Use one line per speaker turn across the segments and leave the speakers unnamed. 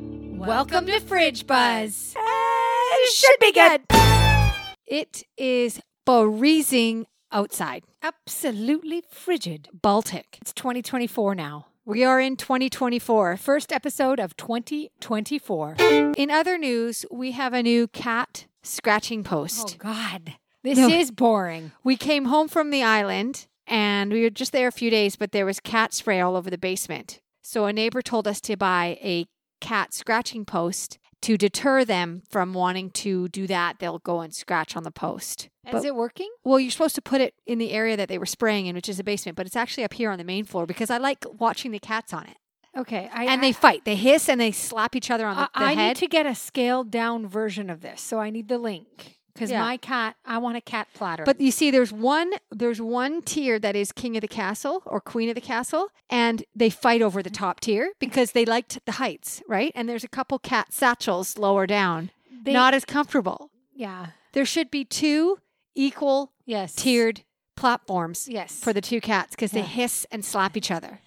Welcome to Fridge Buzz.
it should be good.
It is freezing outside. Absolutely frigid Baltic. It's 2024 now. We are in 2024, first episode of 2024. In other news, we have a new cat scratching
Oh,
post.
God. This
No.
is boring.
We came home from the island and we were just there a few days, but there was cat spray all over the basement. So a neighbor told us to buy a cat scratching post to deter them from wanting to do that. They'll go and scratch on the post. But-
Is it working?
well, you're supposed to put it in the area that they were spraying in, which is the basement, but it's actually up here on the main floor because I like watching the cats on it.
Okay. I,
and they fight, they hiss, and they slap each other on the,
I,
the
I
head.
need to get a scaled down version of this. So I need the link because
Yeah.
my cat, I want a cat platter.
but you see, there's one there's one tier that is king of the castle or queen of the castle, and they fight over
Mm-hmm.
the top tier because they liked the heights, right? And there's a couple cat satchels lower down,
They-
not as comfortable.
yeah.
There should be two equal
Yes.
tiered platforms
Yes.
for the two cats because
Yeah.
they hiss and slap each other,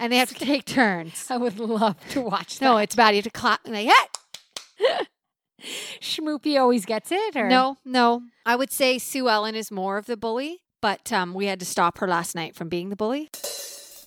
and they have to take turns.
I would love to watch that.
No, it's bad. You have to clap and like, hey!
Schmoopy always gets it? Or?
No, no. I would say Sue Ellen is more of the bully, but um, we had to stop her last night from being the bully.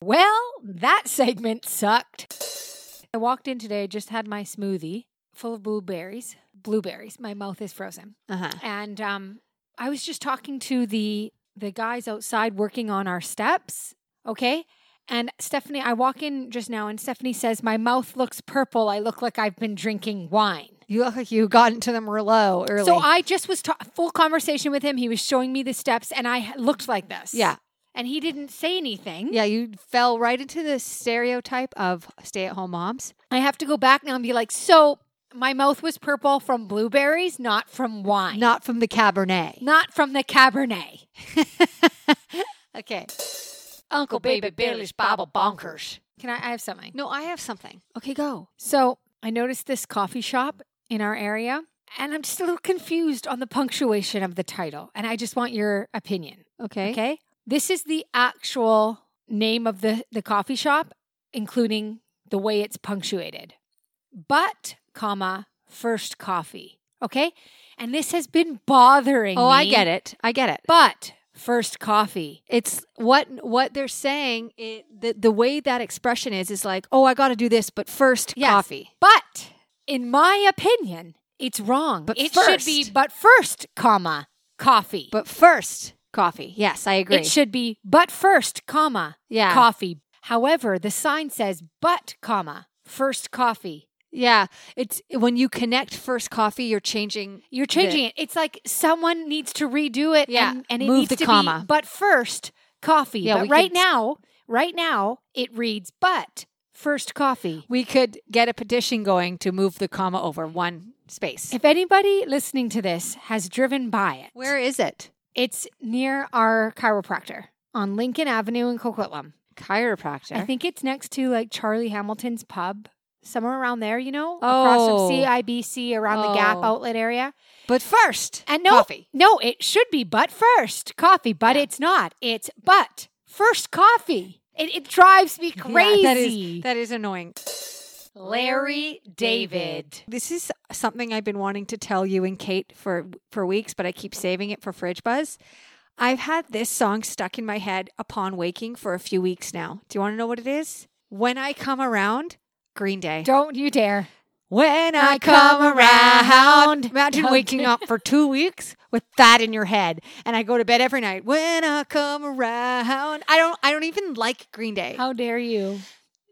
Well, that segment sucked. I walked in today, just had my smoothie full of blueberries. Blueberries. My mouth is frozen.
Uh-huh.
and um, I was just talking to the the guys outside working on our steps. Okay, and Stephanie, I walk in just now, and Stephanie says my mouth looks purple. I look like I've been drinking wine.
You look like you got into the Merlot early.
So I just was ta- full conversation with him. He was showing me the steps, and I looked like this.
yeah,
and he didn't say anything.
yeah. You fell right into the stereotype of stay-at-home moms.
I have to go back now and be like, so my mouth was purple from blueberries, not from wine,
Not from the Cabernet.
not from the Cabernet.
Okay. Uncle Baby Billy's Bible Bonkers.
Can I? I have something.
No, I have something. Okay, go.
So I noticed this coffee shop in our area, and I'm just a little confused on the punctuation of the title. And I just want your opinion.
Okay.
Okay. This is the actual name of the, the coffee shop, including the way it's punctuated. But, comma, first coffee. Okay. And this has been bothering
Oh,
me.
I get it. I get it.
But first coffee.
it's what what they're saying it, the, the way that expression is is like oh i got to do this but first
Yes.
coffee
But in my opinion, it's wrong.
But
it should be
first.
but first, comma, coffee.
but first coffee yes i agree
It should be but first, comma,
Yeah.
coffee. However, the sign says but, comma, first coffee.
yeah it's when you connect first coffee you're changing
You're changing it. It's like someone needs to redo it
Yeah.
and, and it
Move
needs
the
to
comma.
be but first coffee.
Yeah, we
but right
could-
now, right now it reads but first coffee.
we could get a petition going to move the comma over one space
If anybody listening to this has driven by it,
where is it
it's near our chiropractor on Lincoln Avenue in Coquitlam.
chiropractor
I think it's next to like Charlie Hamilton's pub, somewhere around there, you know,
Oh.
across from CIBC, around the Gap
Oh.
outlet area.
but first
And no,
coffee
no, it should be but first coffee, but
Yeah.
it's not. It's but first coffee. It, it drives me crazy.
Yeah, that is that is annoying
Larry David.
This is something I've been wanting to tell you and Kate for for weeks, but I keep saving it for Fridge Buzz. I've had this song stuck in my head upon waking for a few weeks now. Do you want to know what it is? When I come around, Green Day.
Don't you dare.
When I come around. Imagine waking up for two weeks with that in your head. And I go to bed every night. When I come around. I don't I don't even like Green Day.
How dare you?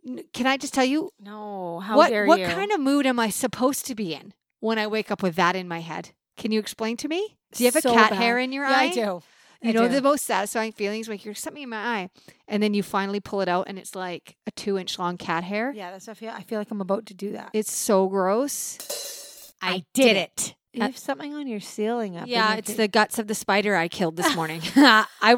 N- Can I just tell you
No, how
what
dare
what
you?
kind of mood am I supposed to be in when I wake up with that in my head? Can you explain to me? Do you have
So
a cat
bad.
hair in your
yeah,
eye?
I do.
You
I
know
do.
the most satisfying feelings when you're something in my eye, and then you finally pull it out, and it's like a two inch long cat hair.
Yeah, that's what I feel. I feel like I'm about to do that.
It's so gross.
I did Uh,
it.
You have something on your ceiling up. in
Yeah,
your
it's
fa-
the guts of the spider I killed this morning. I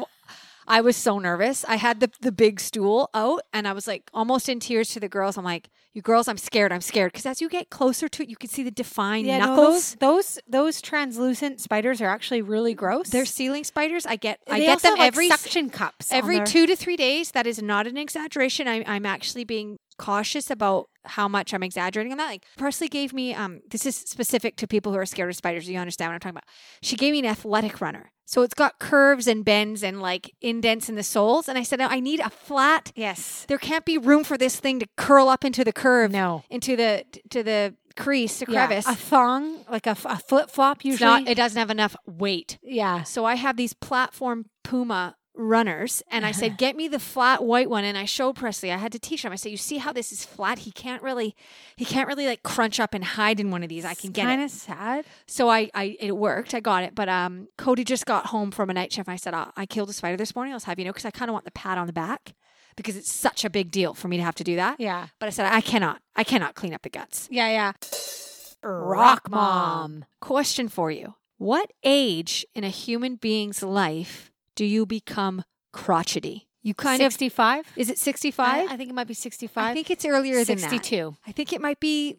I was so nervous. I had the, the big stool out and I was like almost in tears to the girls. I'm like, you girls, I'm scared. I'm scared. Because as you get closer to it, you can see the defined
Yeah, no,
knuckles.
those, those those translucent spiders are actually really gross.
They're ceiling spiders. I get I
They
get
also
them
have, like,
every
suction cups. on
every
their-
two to three days. That is not an exaggeration. I, I'm actually being cautious about how much I'm exaggerating on that. Like Presley gave me um this is specific to people who are scared of spiders. You understand what I'm talking about. She gave me an athletic runner. So it's got curves and bends and like indents in the soles. And I said, no, I need a flat.
Yes.
There can't be room for this thing to curl up into the curve,
No.
into the to the crease, the
Yeah,
crevice.
A thong, like a, flip flop,
It's
usually.
not. It doesn't have enough weight.
yeah.
So I have these platform Puma runners, and I said, "Get me the flat white one." And I showed Presley. I had to teach him. I said, "You see how this is flat? He can't really, he can't really like crunch up and hide in one of these. I can get
Kind
it."
of sad.
So I, I, it worked. I got it. But um, Cody just got home from a night shift, and I said, "Ah, "I killed a spider this morning. I'll have you know, because I kind of want the pat on the back." Because it's such a big deal for me to have to do that.
Yeah.
But I said, I cannot. I cannot clean up the guts.
Yeah, yeah.
Rock Mom. Question for you. What age in a human being's life do you become crotchety? You kind of
65?
is it 65?
I, I think it might be 65.
I think it's earlier than that.
62.
I think it might be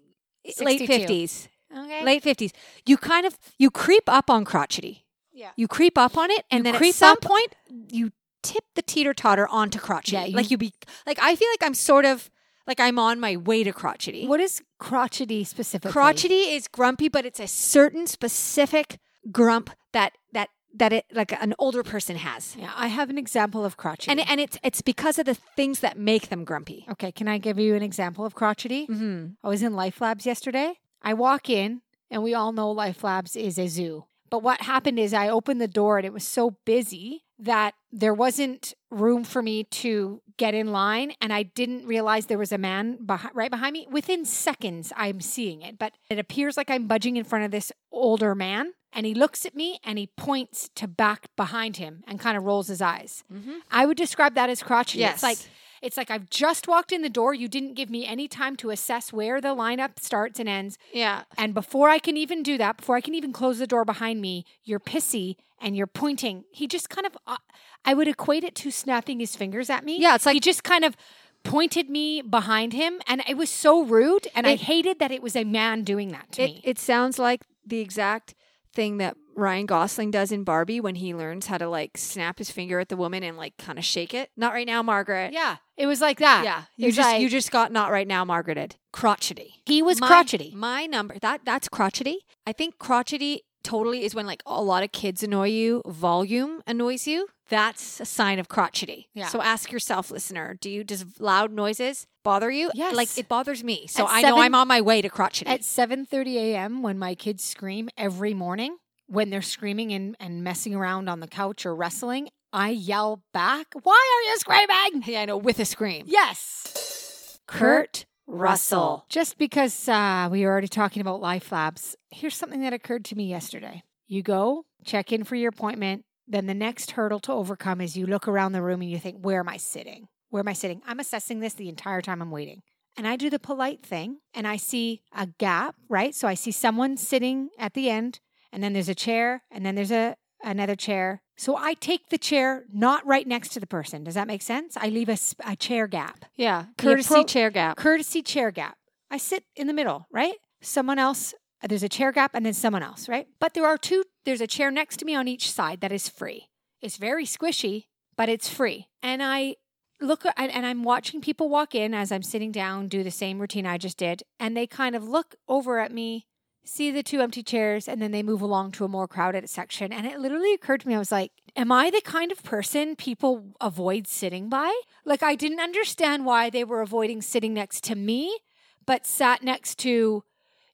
late
62.
50s.
Okay.
Late 50s. You kind of you creep up on crotchety.
Yeah.
You creep up on it and then
creep
at some
up-
point you tip the teeter totter onto crotchety.
Yeah, you-
like you be like I feel like I'm sort of like I'm on my way to crotchety.
What is crotchety specifically?
Crotchety is grumpy, but it's a certain specific grump that that that it like an older person has,
Yeah, I have an example of crotchety.
and and it's it's because of the things that make them grumpy.
okay, can I give you an example of crotchety?
Mm-hmm.
I was in Life Labs yesterday. I walk in, and we all know Life Labs is a zoo. But what happened is I opened the door, and it was so busy that there wasn't room for me to get in line. And I didn't realize there was a man beh- right behind me. Within seconds, I'm seeing it, but it appears like I'm budging in front of this older man. And he looks at me and he points to back behind him and kind of rolls his eyes. I would describe that as crotchety.
Mm-hmm. Yes.
It's like it's like I've just walked in the door. You didn't give me any time to assess where the lineup starts and ends.
Yeah,
And before I can even do that, before I can even close the door behind me, you're pissy and you're pointing. He just kind of, uh, I would equate it to snapping his fingers at me.
Yeah, it's like-
he just kind of pointed me behind him. And it was so rude. And I
It-
hated that it was a man doing that to
it
me.
it sounds like the exact thing that Ryan Gosling does in Barbie when he learns how to like snap his finger at the woman and like kind of shake it. Not right now, Margaret.
yeah. It was like that.
yeah.
It
You
was
just
like-
you just got not right now, Margareted. Crotchety.
he was
my,
crotchety.
My number that that's crotchety. I think crotchety totally is when like a lot of kids annoy you, volume annoys you. That's a sign of crotchety.
Yeah.
So ask yourself, listener, do you does loud noises bother you?
Yes.
Like it bothers me. So
At
I know
seven-
I'm on my way to crotchety.
at 7:30 a.m. when my kids scream every morning when they're screaming and, and messing around on the couch or wrestling i yell back why are you screaming
yeah, I know, with a scream.
yes
Kurt Russell.
just because uh, we were already talking about life labs here's something that occurred to me yesterday you go check in for your appointment then the next hurdle to overcome is you look around the room and you think where am i sitting where am i sitting i'm assessing this the entire time i'm waiting and I do the polite thing and I see a gap, right? So I see someone sitting at the end and then there's a chair and then there's a another chair. So I take the chair not right next to the person. Does that make sense? I leave a, sp- a chair gap.
Yeah.
The
Courtesy
appro-
chair gap.
Courtesy chair gap. I sit in the middle, right? Someone else uh, there's a chair gap and then someone else, right? But there are two there's a chair next to me on each side that is free. It's very squishy, but it's free. And I look and, and I'm watching people walk in as I'm sitting down, do the same routine I just did, and they kind of look over at me, see the two empty chairs, and then they move along to a more crowded section. And it literally occurred to me, I was like, Am I the kind of person people avoid sitting by? Like I didn't understand why they were avoiding sitting next to me, but sat next to,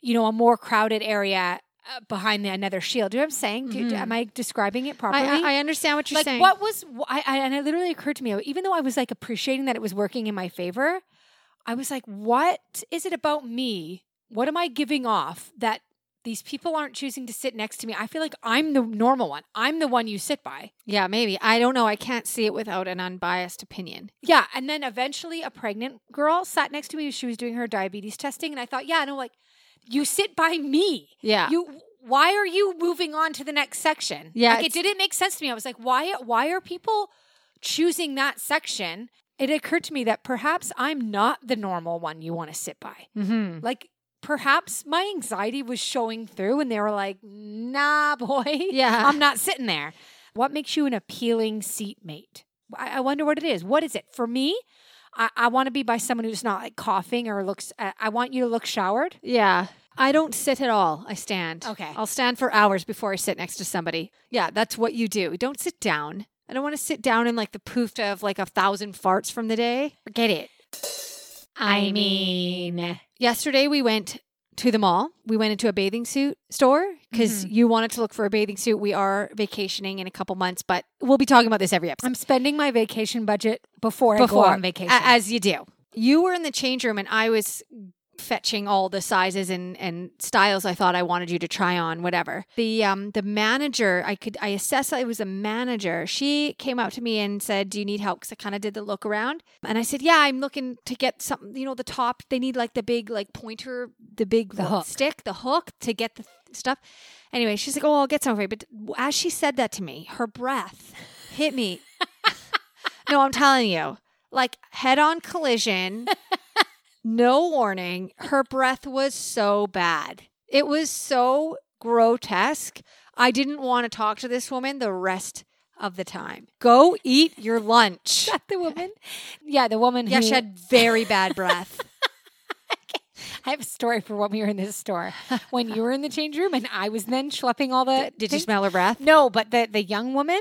you know, a more crowded area. uh, Behind the, another shield, do you know what I'm saying? Do, do-
Mhm.
am I describing it properly?
I, I, I understand what you're
like
saying.
what was wh- I, I and it literally occurred to me even though i was like appreciating that it was working in my favor i was like what is it about me what am i giving off that these people aren't choosing to sit next to me i feel like i'm the normal one i'm the one you sit by
Yeah, maybe. I don't know. I can't see it without an unbiased opinion.
yeah and then eventually a pregnant girl sat next to me she was doing her diabetes testing and i thought yeah and i'm like you sit by me
Yeah.
you why are you moving on to the next section
Yeah,
like, it
it's-
didn't make sense to me i was like why why are people choosing that section, it occurred to me that perhaps I'm not the normal one you want to sit by.
Mm-hmm.
Like, perhaps my anxiety was showing through, and they were like, nah, boy,
Yeah.
I'm not sitting there. What makes you an appealing seatmate? I, I wonder what it is. What is it? For me, I, I want to be by someone who's not like coughing or looks, I, I want you to look showered.
Yeah. I don't sit at all. I stand.
Okay.
I'll stand for hours before I sit next to somebody. Yeah, that's what you do. Don't sit down. I don't want to sit down in like the poofta of like a thousand farts from the day. Forget it.
mean,
Yesterday we went to the mall. We went into a bathing suit store because you wanted to look for a bathing suit. We are vacationing in a couple months, but we'll be talking about this every episode.
I'm spending my vacation budget before, I go on vacation.
a- as you do. You were in the change room, and I was fetching all the sizes and and styles I thought I wanted you to try on, whatever. The um the manager, I could I assessed that it was a manager. She came up to me and said, "Do you need help?" Because I kind of did the look around, and I said, "Yeah, I'm looking to get something. You know, the top. They need like the big like pointer, the big
The
what,
hook.
stick, the hook to get the th- stuff." Anyway, she's like, "Oh, I'll get some for you." But as she said that to me, her breath hit me. no, I'm telling you, like head on collision, no warning. Her breath was so bad. It was so grotesque. I didn't want to talk to this woman the rest of the time. Go eat your lunch.
Not the woman. Yeah, the woman.
Yeah,
who,
she had very bad breath.
I have a story for when we were in this store. When you were in the change room and I was then schlepping all the.
Did you
things.
smell her breath?
No, but the the young woman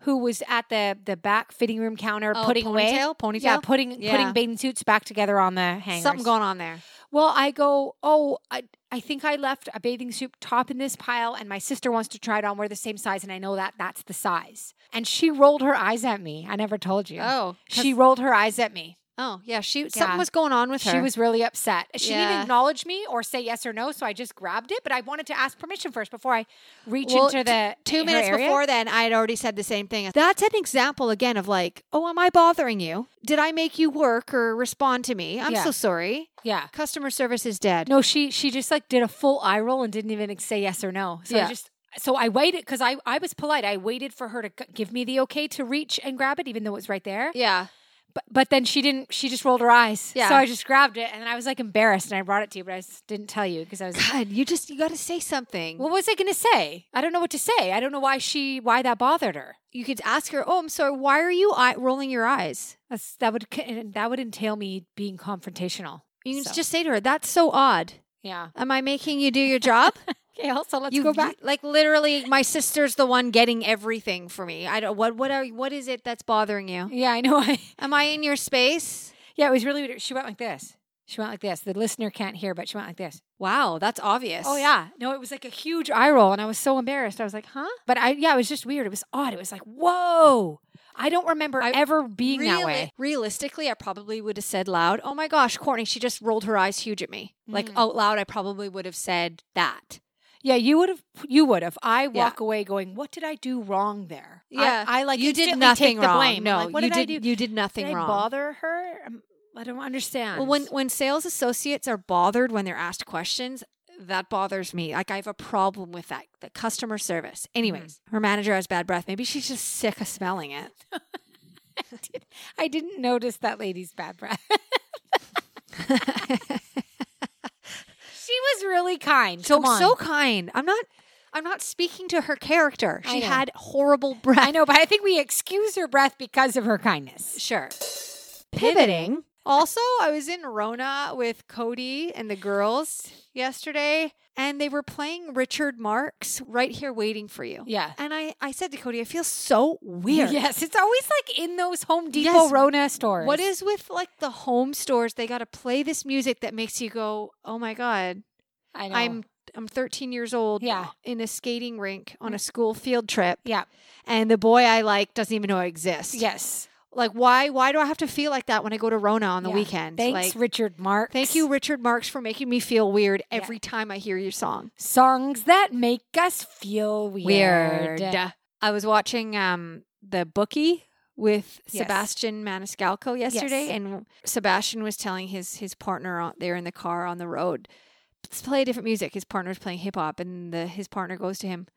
who was at the the back fitting room counter
Oh,
putting away.
ponytail, ponytail.
Yeah, putting
Yeah.
putting bathing suits back together on the hangers.
Something going on there.
Well, I go, oh, I, I think I left a bathing suit top in this pile, and my sister wants to try it on. We're the same size, and I know that that's the size. And she rolled her eyes at me. I never told you.
Oh,
she rolled her eyes at me.
Oh, yeah. She
Yeah.
something was going on with her.
She was really upset. She didn't
Yeah.
acknowledge me or say yes or no, so I just grabbed it. But I wanted to ask permission first before I reach
Well,
into the
two
her
minutes
area.
before then i had already said the same thing that's an example again of like oh am i bothering you did i make you work or respond to me i'm
Yeah.
so sorry
Yeah.
customer service is dead
No, she she just like did a full eye roll and didn't even say yes or no. So I
Yeah.
just so I waited because I I was polite. I waited for her to g- give me the okay to reach and grab it, even though it was right there.
yeah
But but then she didn't. She just rolled her eyes.
Yeah.
So I just grabbed it and I was like embarrassed and I brought it to you, but I s- didn't tell you because I was.
god you just you gotta say something
What was I going to say? I don't know what to say. I don't know why she why that bothered her.
you could ask her oh i'm sorry why are you eye- rolling your eyes
That's, that would c- that would entail me being confrontational.
you can
So.
just say to her that's so odd
Yeah.
am i making you do your job
Okay. Also, let's
you
go back.
like literally my sister's the one getting everything for me i don't what what are what is it that's bothering you
Yeah, I know. I,
am i in your space
yeah, it was really weird. She went like this. She went like this. The listener can't hear, but she went like this.
wow that's obvious
Oh yeah, no, it was like a huge eye roll, and I was so embarrassed. I was like, huh? But I, yeah, it was just weird. It was odd. It was like, whoa. I don't remember
I-
ever being that
Reali-
way.
Realistically, I probably would have said loud, "Oh my gosh, Courtney!" She just rolled her eyes huge at me. Like
Mhm.
out loud, I probably would have said that.
Yeah, you would have. You would have. I walk away going, what did I do wrong there? I- I, like
you did
instantly
nothing
take
wrong.
The blame.
No,
I'm like, what
you
did, I do?
You did nothing
Did I
wrong.
bother her? Um, I don't understand.
Well, when when sales associates are bothered when they're asked questions, that bothers me. Like I have a problem with that. The customer service. Anyways, her manager has bad breath. Maybe she's just sick of smelling it.
I didn't notice that lady's bad breath. she was really kind.
So
Come on.
so kind. I'm not. I'm not speaking to her character.
I
She
know.
had horrible breath.
I know, but I think we excuse her breath because of her kindness.
Sure. Pivoting. Also, I was in Rona with Cody and the girls yesterday, and they were playing Richard Marx right here waiting for you.
Yeah.
And I, I said to Cody, I feel so weird.
Yes, it's always like in those Home Depot
Yes.
Rona stores.
What is with like the home stores? They got to play this music that makes you go, "Oh my god,
I know.
I'm I'm 13 years old
Yeah.
in a skating rink on a school field trip,
yeah.
and the boy I like doesn't even know I exist."
Yes.
Like why why do I have to feel like that when I go to Rona on the
Yeah.
weekend?
Thanks,
like,
Richard Mark.
Thank you, Richard Marks, for making me feel weird
Yeah.
every time I hear your song.
Songs that make us feel weird.
I was watching um, the bookie with
Yes.
Sebastian Maniscalco yesterday,
Yes.
and Sebastian was telling his his partner out there in the car on the road, "Let's play different music." His partner's playing hip hop, and the, his partner goes to him,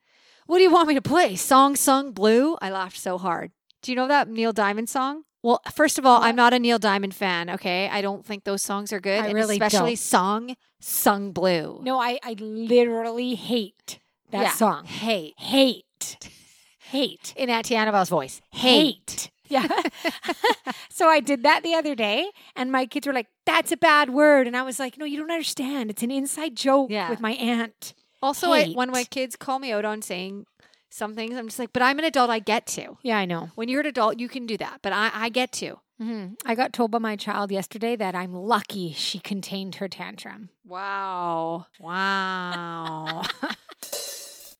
"What do you want me to play? Song sung blue?" I laughed so hard. Do you know that Neil Diamond song? Well, first of all, I'm not a Neil Diamond fan. Okay, I don't think those songs are good,
I
and
really
especially
don't.
"Song Sung Blue."
No, I, I literally hate that
Yeah.
song.
hate
Hate. Hate.
in Auntie Annabelle's voice.
Hate. Yeah. so I did that the other day, and my kids were like, that's a bad word. And I was like, no, you don't understand. It's an inside joke
Yeah.
with my aunt.
Also, I, when
Hate.
my kids call me out on saying some things, I'm just like, "But I'm an adult. I get to."
Yeah, I know.
When you're an adult, you can do that, but I, I get to.
Mhm. I got told by my child yesterday that I'm lucky she contained her tantrum.
Wow! Wow!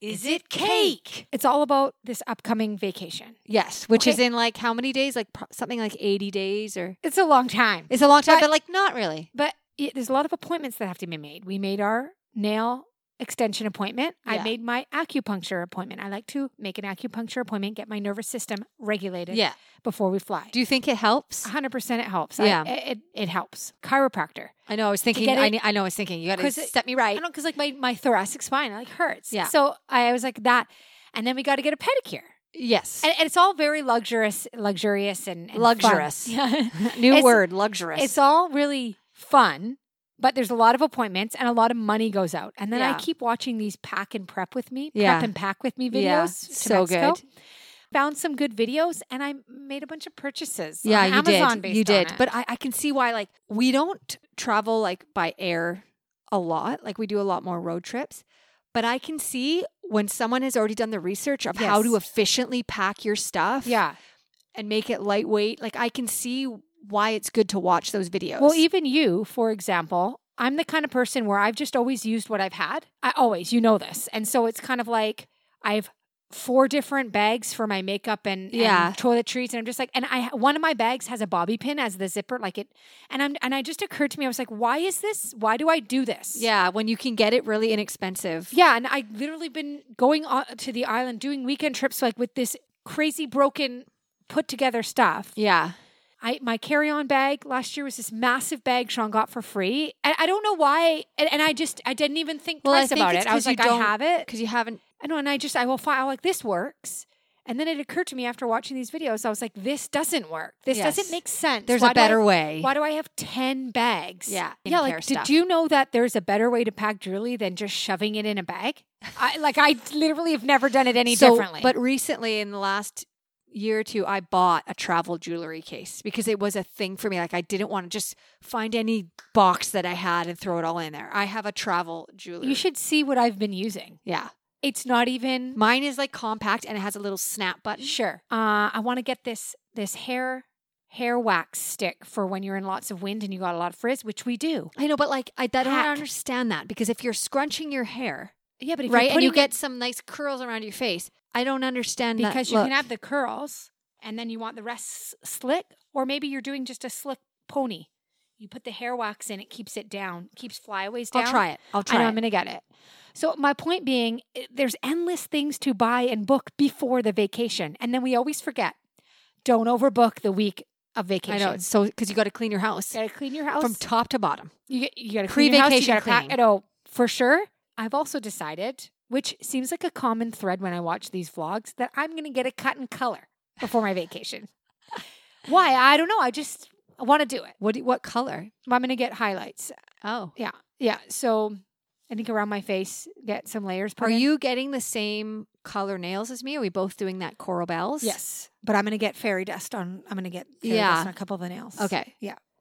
Is it
cake? It's all about this upcoming vacation.
Yes, which
Okay.
is in like how many days? Like pro- something like 80 days or
It's a long time.
it's a long time,
But-
but like not really.
But it, there's a lot of appointments that have to be made. We made our nail extension appointment. I
Yeah.
made my acupuncture appointment. I like to make an acupuncture appointment, get my nervous system regulated
Yeah.
before we fly.
Do you think it helps?
100% it helps.
Yeah.
I, it, it helps. Chiropractor.
I know. I was thinking.
get
I,
it-
ne- I know. I was thinking. You got to
'Cause it-
set me
I
right.
don't because like my, my thoracic spine like hurts.
Yeah.
So I was like that. And then we got to get a pedicure.
Yes.
And, and it's all very luxurious, luxurious and, and fun.
Luxurious.
Yeah.
New
it's-
word, luxurious.
It's all really fun, but there's a lot of appointments and a lot of money goes out. And then
Yeah.
I keep watching these pack and prep with me, prep
Yeah.
and pack with me videos.
Yeah,
to
so
Mexico.
good.
Found some good videos and I made a bunch of purchases.
yeah,
on
you
Amazon
did.
Based
you
on
did.
it.
But I, I can see why. Like we don't travel like by air a lot. Like we do a lot more road trips. But I can see when someone has already done the research of how
Yes.
to efficiently pack your stuff.
yeah,
and make it lightweight. Like I can see why it's good to watch those videos.
well, e- even you, for example, I'm the kind of person where I've just always used what I've had. I always, you know this, and so it's kind of like I've. Four different bags for my makeup and, and
Yeah.
toiletries, and I'm just like, and I one of my bags has a bobby pin as the zipper, like it And I'm and I just occurred to me, I was like, why is this? Why do I do this?
yeah, when you can get it really inexpensive.
Yeah. And I literally been going on to the island doing weekend trips like with this crazy broken put together stuff.
Yeah.
I my carry-on bag last year was this massive bag Sean got for free. And I don't know why and, and I just I didn't even think
Well, I
twice
think
about
it's
it. I was
'cause you
like, I
don't-
have it.
Because you haven't.
I know, and I just I will find like this works. And then it occurred to me after watching these videos, I was like, this doesn't work. This
Yes.
doesn't make sense.
There's
Why
a
do I-
better way.
why do I have 10 bags?
Yeah,
Yeah,
skincare
like,
stuff.
did you know that there's a better way to pack jewelry than just shoving it in a bag? I, like, I literally have never done it any
So-
differently.
But recently, in the last year or two, I bought a travel jewelry case because it was a thing for me. Like I didn't want to just find any box that I had and throw it all in there. I have a travel jewelry.
you should see what I've been using.
Yeah,
It's not even
mine is like compact and it has a little snap button.
sure. Uh, I want to get this this hair hair wax stick for when you're in lots of wind and you got a lot of frizz, which we do.
I know, but like I, I don't
Hack.
understand that because if you're scrunching your hair,
Yeah, but if
right?
you're
And you
putting
get some nice curls around your face. I don't understand that
because you
look.
can have the curls and then you want the rest s- slick or maybe you're doing just a slick pony you put the hair wax in it keeps it down keeps flyaways down
I'll try it. I'll
i
try.
know
it.
i'm gonna get it so my point being i- there's endless things to buy and book before the vacation and then we always forget don't overbook the week of
I
vacation
know. it's So because you got to clean your house
you gotta clean your house
from top to bottom.
you, get- you gotta clean your house, you
Pre-vacation
gotta pack
cleaning.
it oh for sure i've also decided which seems like a common thread when i watch these vlogs that i'm gonna get a cut and color before my vacation why i don't know i just want to do it
What? do- What color?
i'm gonna get highlights
Oh,
yeah so i think around my face get some layers put
are
in.
you getting the same color nails as me? Are we both doing that coral bells?
yes but i'm gonna get fairy dust on i'm gonna get fairy
Yeah.
dust on a couple of the nails
Okay.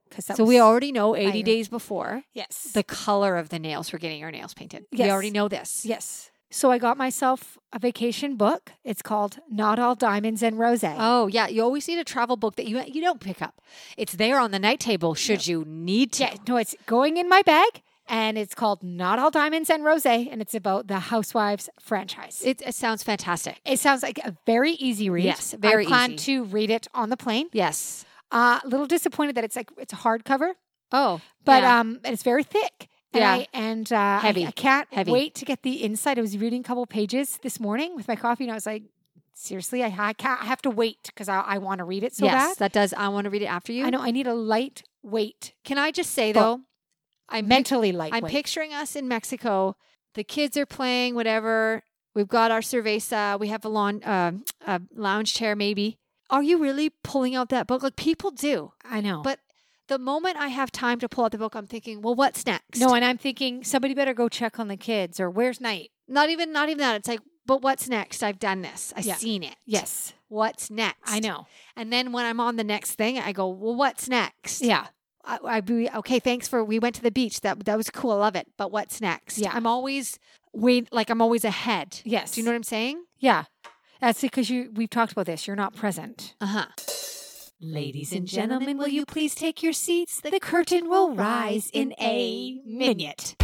because that
so we
was-
already know
I-
80 days before
yes
the color of the nails we're getting our nails painted. We
Yes.
already know this.
yes so i got myself a vacation book it's called not all diamonds and rose
Oh yeah, you always need a travel book that you you don't pick up. It's there on the night table should you need to.
Yeah, no, it's going in my bag, and it's called Not All Diamonds and Rose, and it's about the Housewives franchise. It,
It, it sounds fantastic.
sounds like a very easy read.
Yes, very
I plan
easy.
to read it on the plane. Uh,
Yes.
A little disappointed that it's like it's a hardcover,
Oh,
but
yeah.
um, it's very thick. And
Yeah.
I, and uh, I-
Heavy.
I, can't
Heavy.
wait to get the inside. I was reading a couple pages this morning with my coffee, and I was like, seriously, I, I can't. I have to wait because I, I want to read it so
yes,
bad.
that does. I want to read it after you.
I know I need a lightweight,
Can I just say
But-
though, I'm pic-
mentally lightweight.
I'm picturing us in Mexico. The kids are playing whatever. We've got our cerveza. We have a, lawn, um a uh, lounge chair, maybe. are you really pulling out that book? Like people do.
I know.
But the moment I have time to pull out the book, I'm thinking, well, what's next?
no, and I'm thinking somebody better go check on the kids or where's night?
not even not even that. It's like, but what's next? I've done this. I've
Yeah.
seen it.
Yes.
What's next?
I know.
And then when I'm on the next thing, I go, well, what's next?
Yeah.
I, I be, okay, thanks for we went to the beach. That that was cool. I love it. But what's next?
Yeah.
I'm always wait like I'm always ahead.
Yes.
Do you know what I'm saying?
Yeah. That's because you we've talked about this. You're not present.
Uh huh.
Ladies
and gentlemen, will you
please take your seats?
The curtain will rise in a
minute.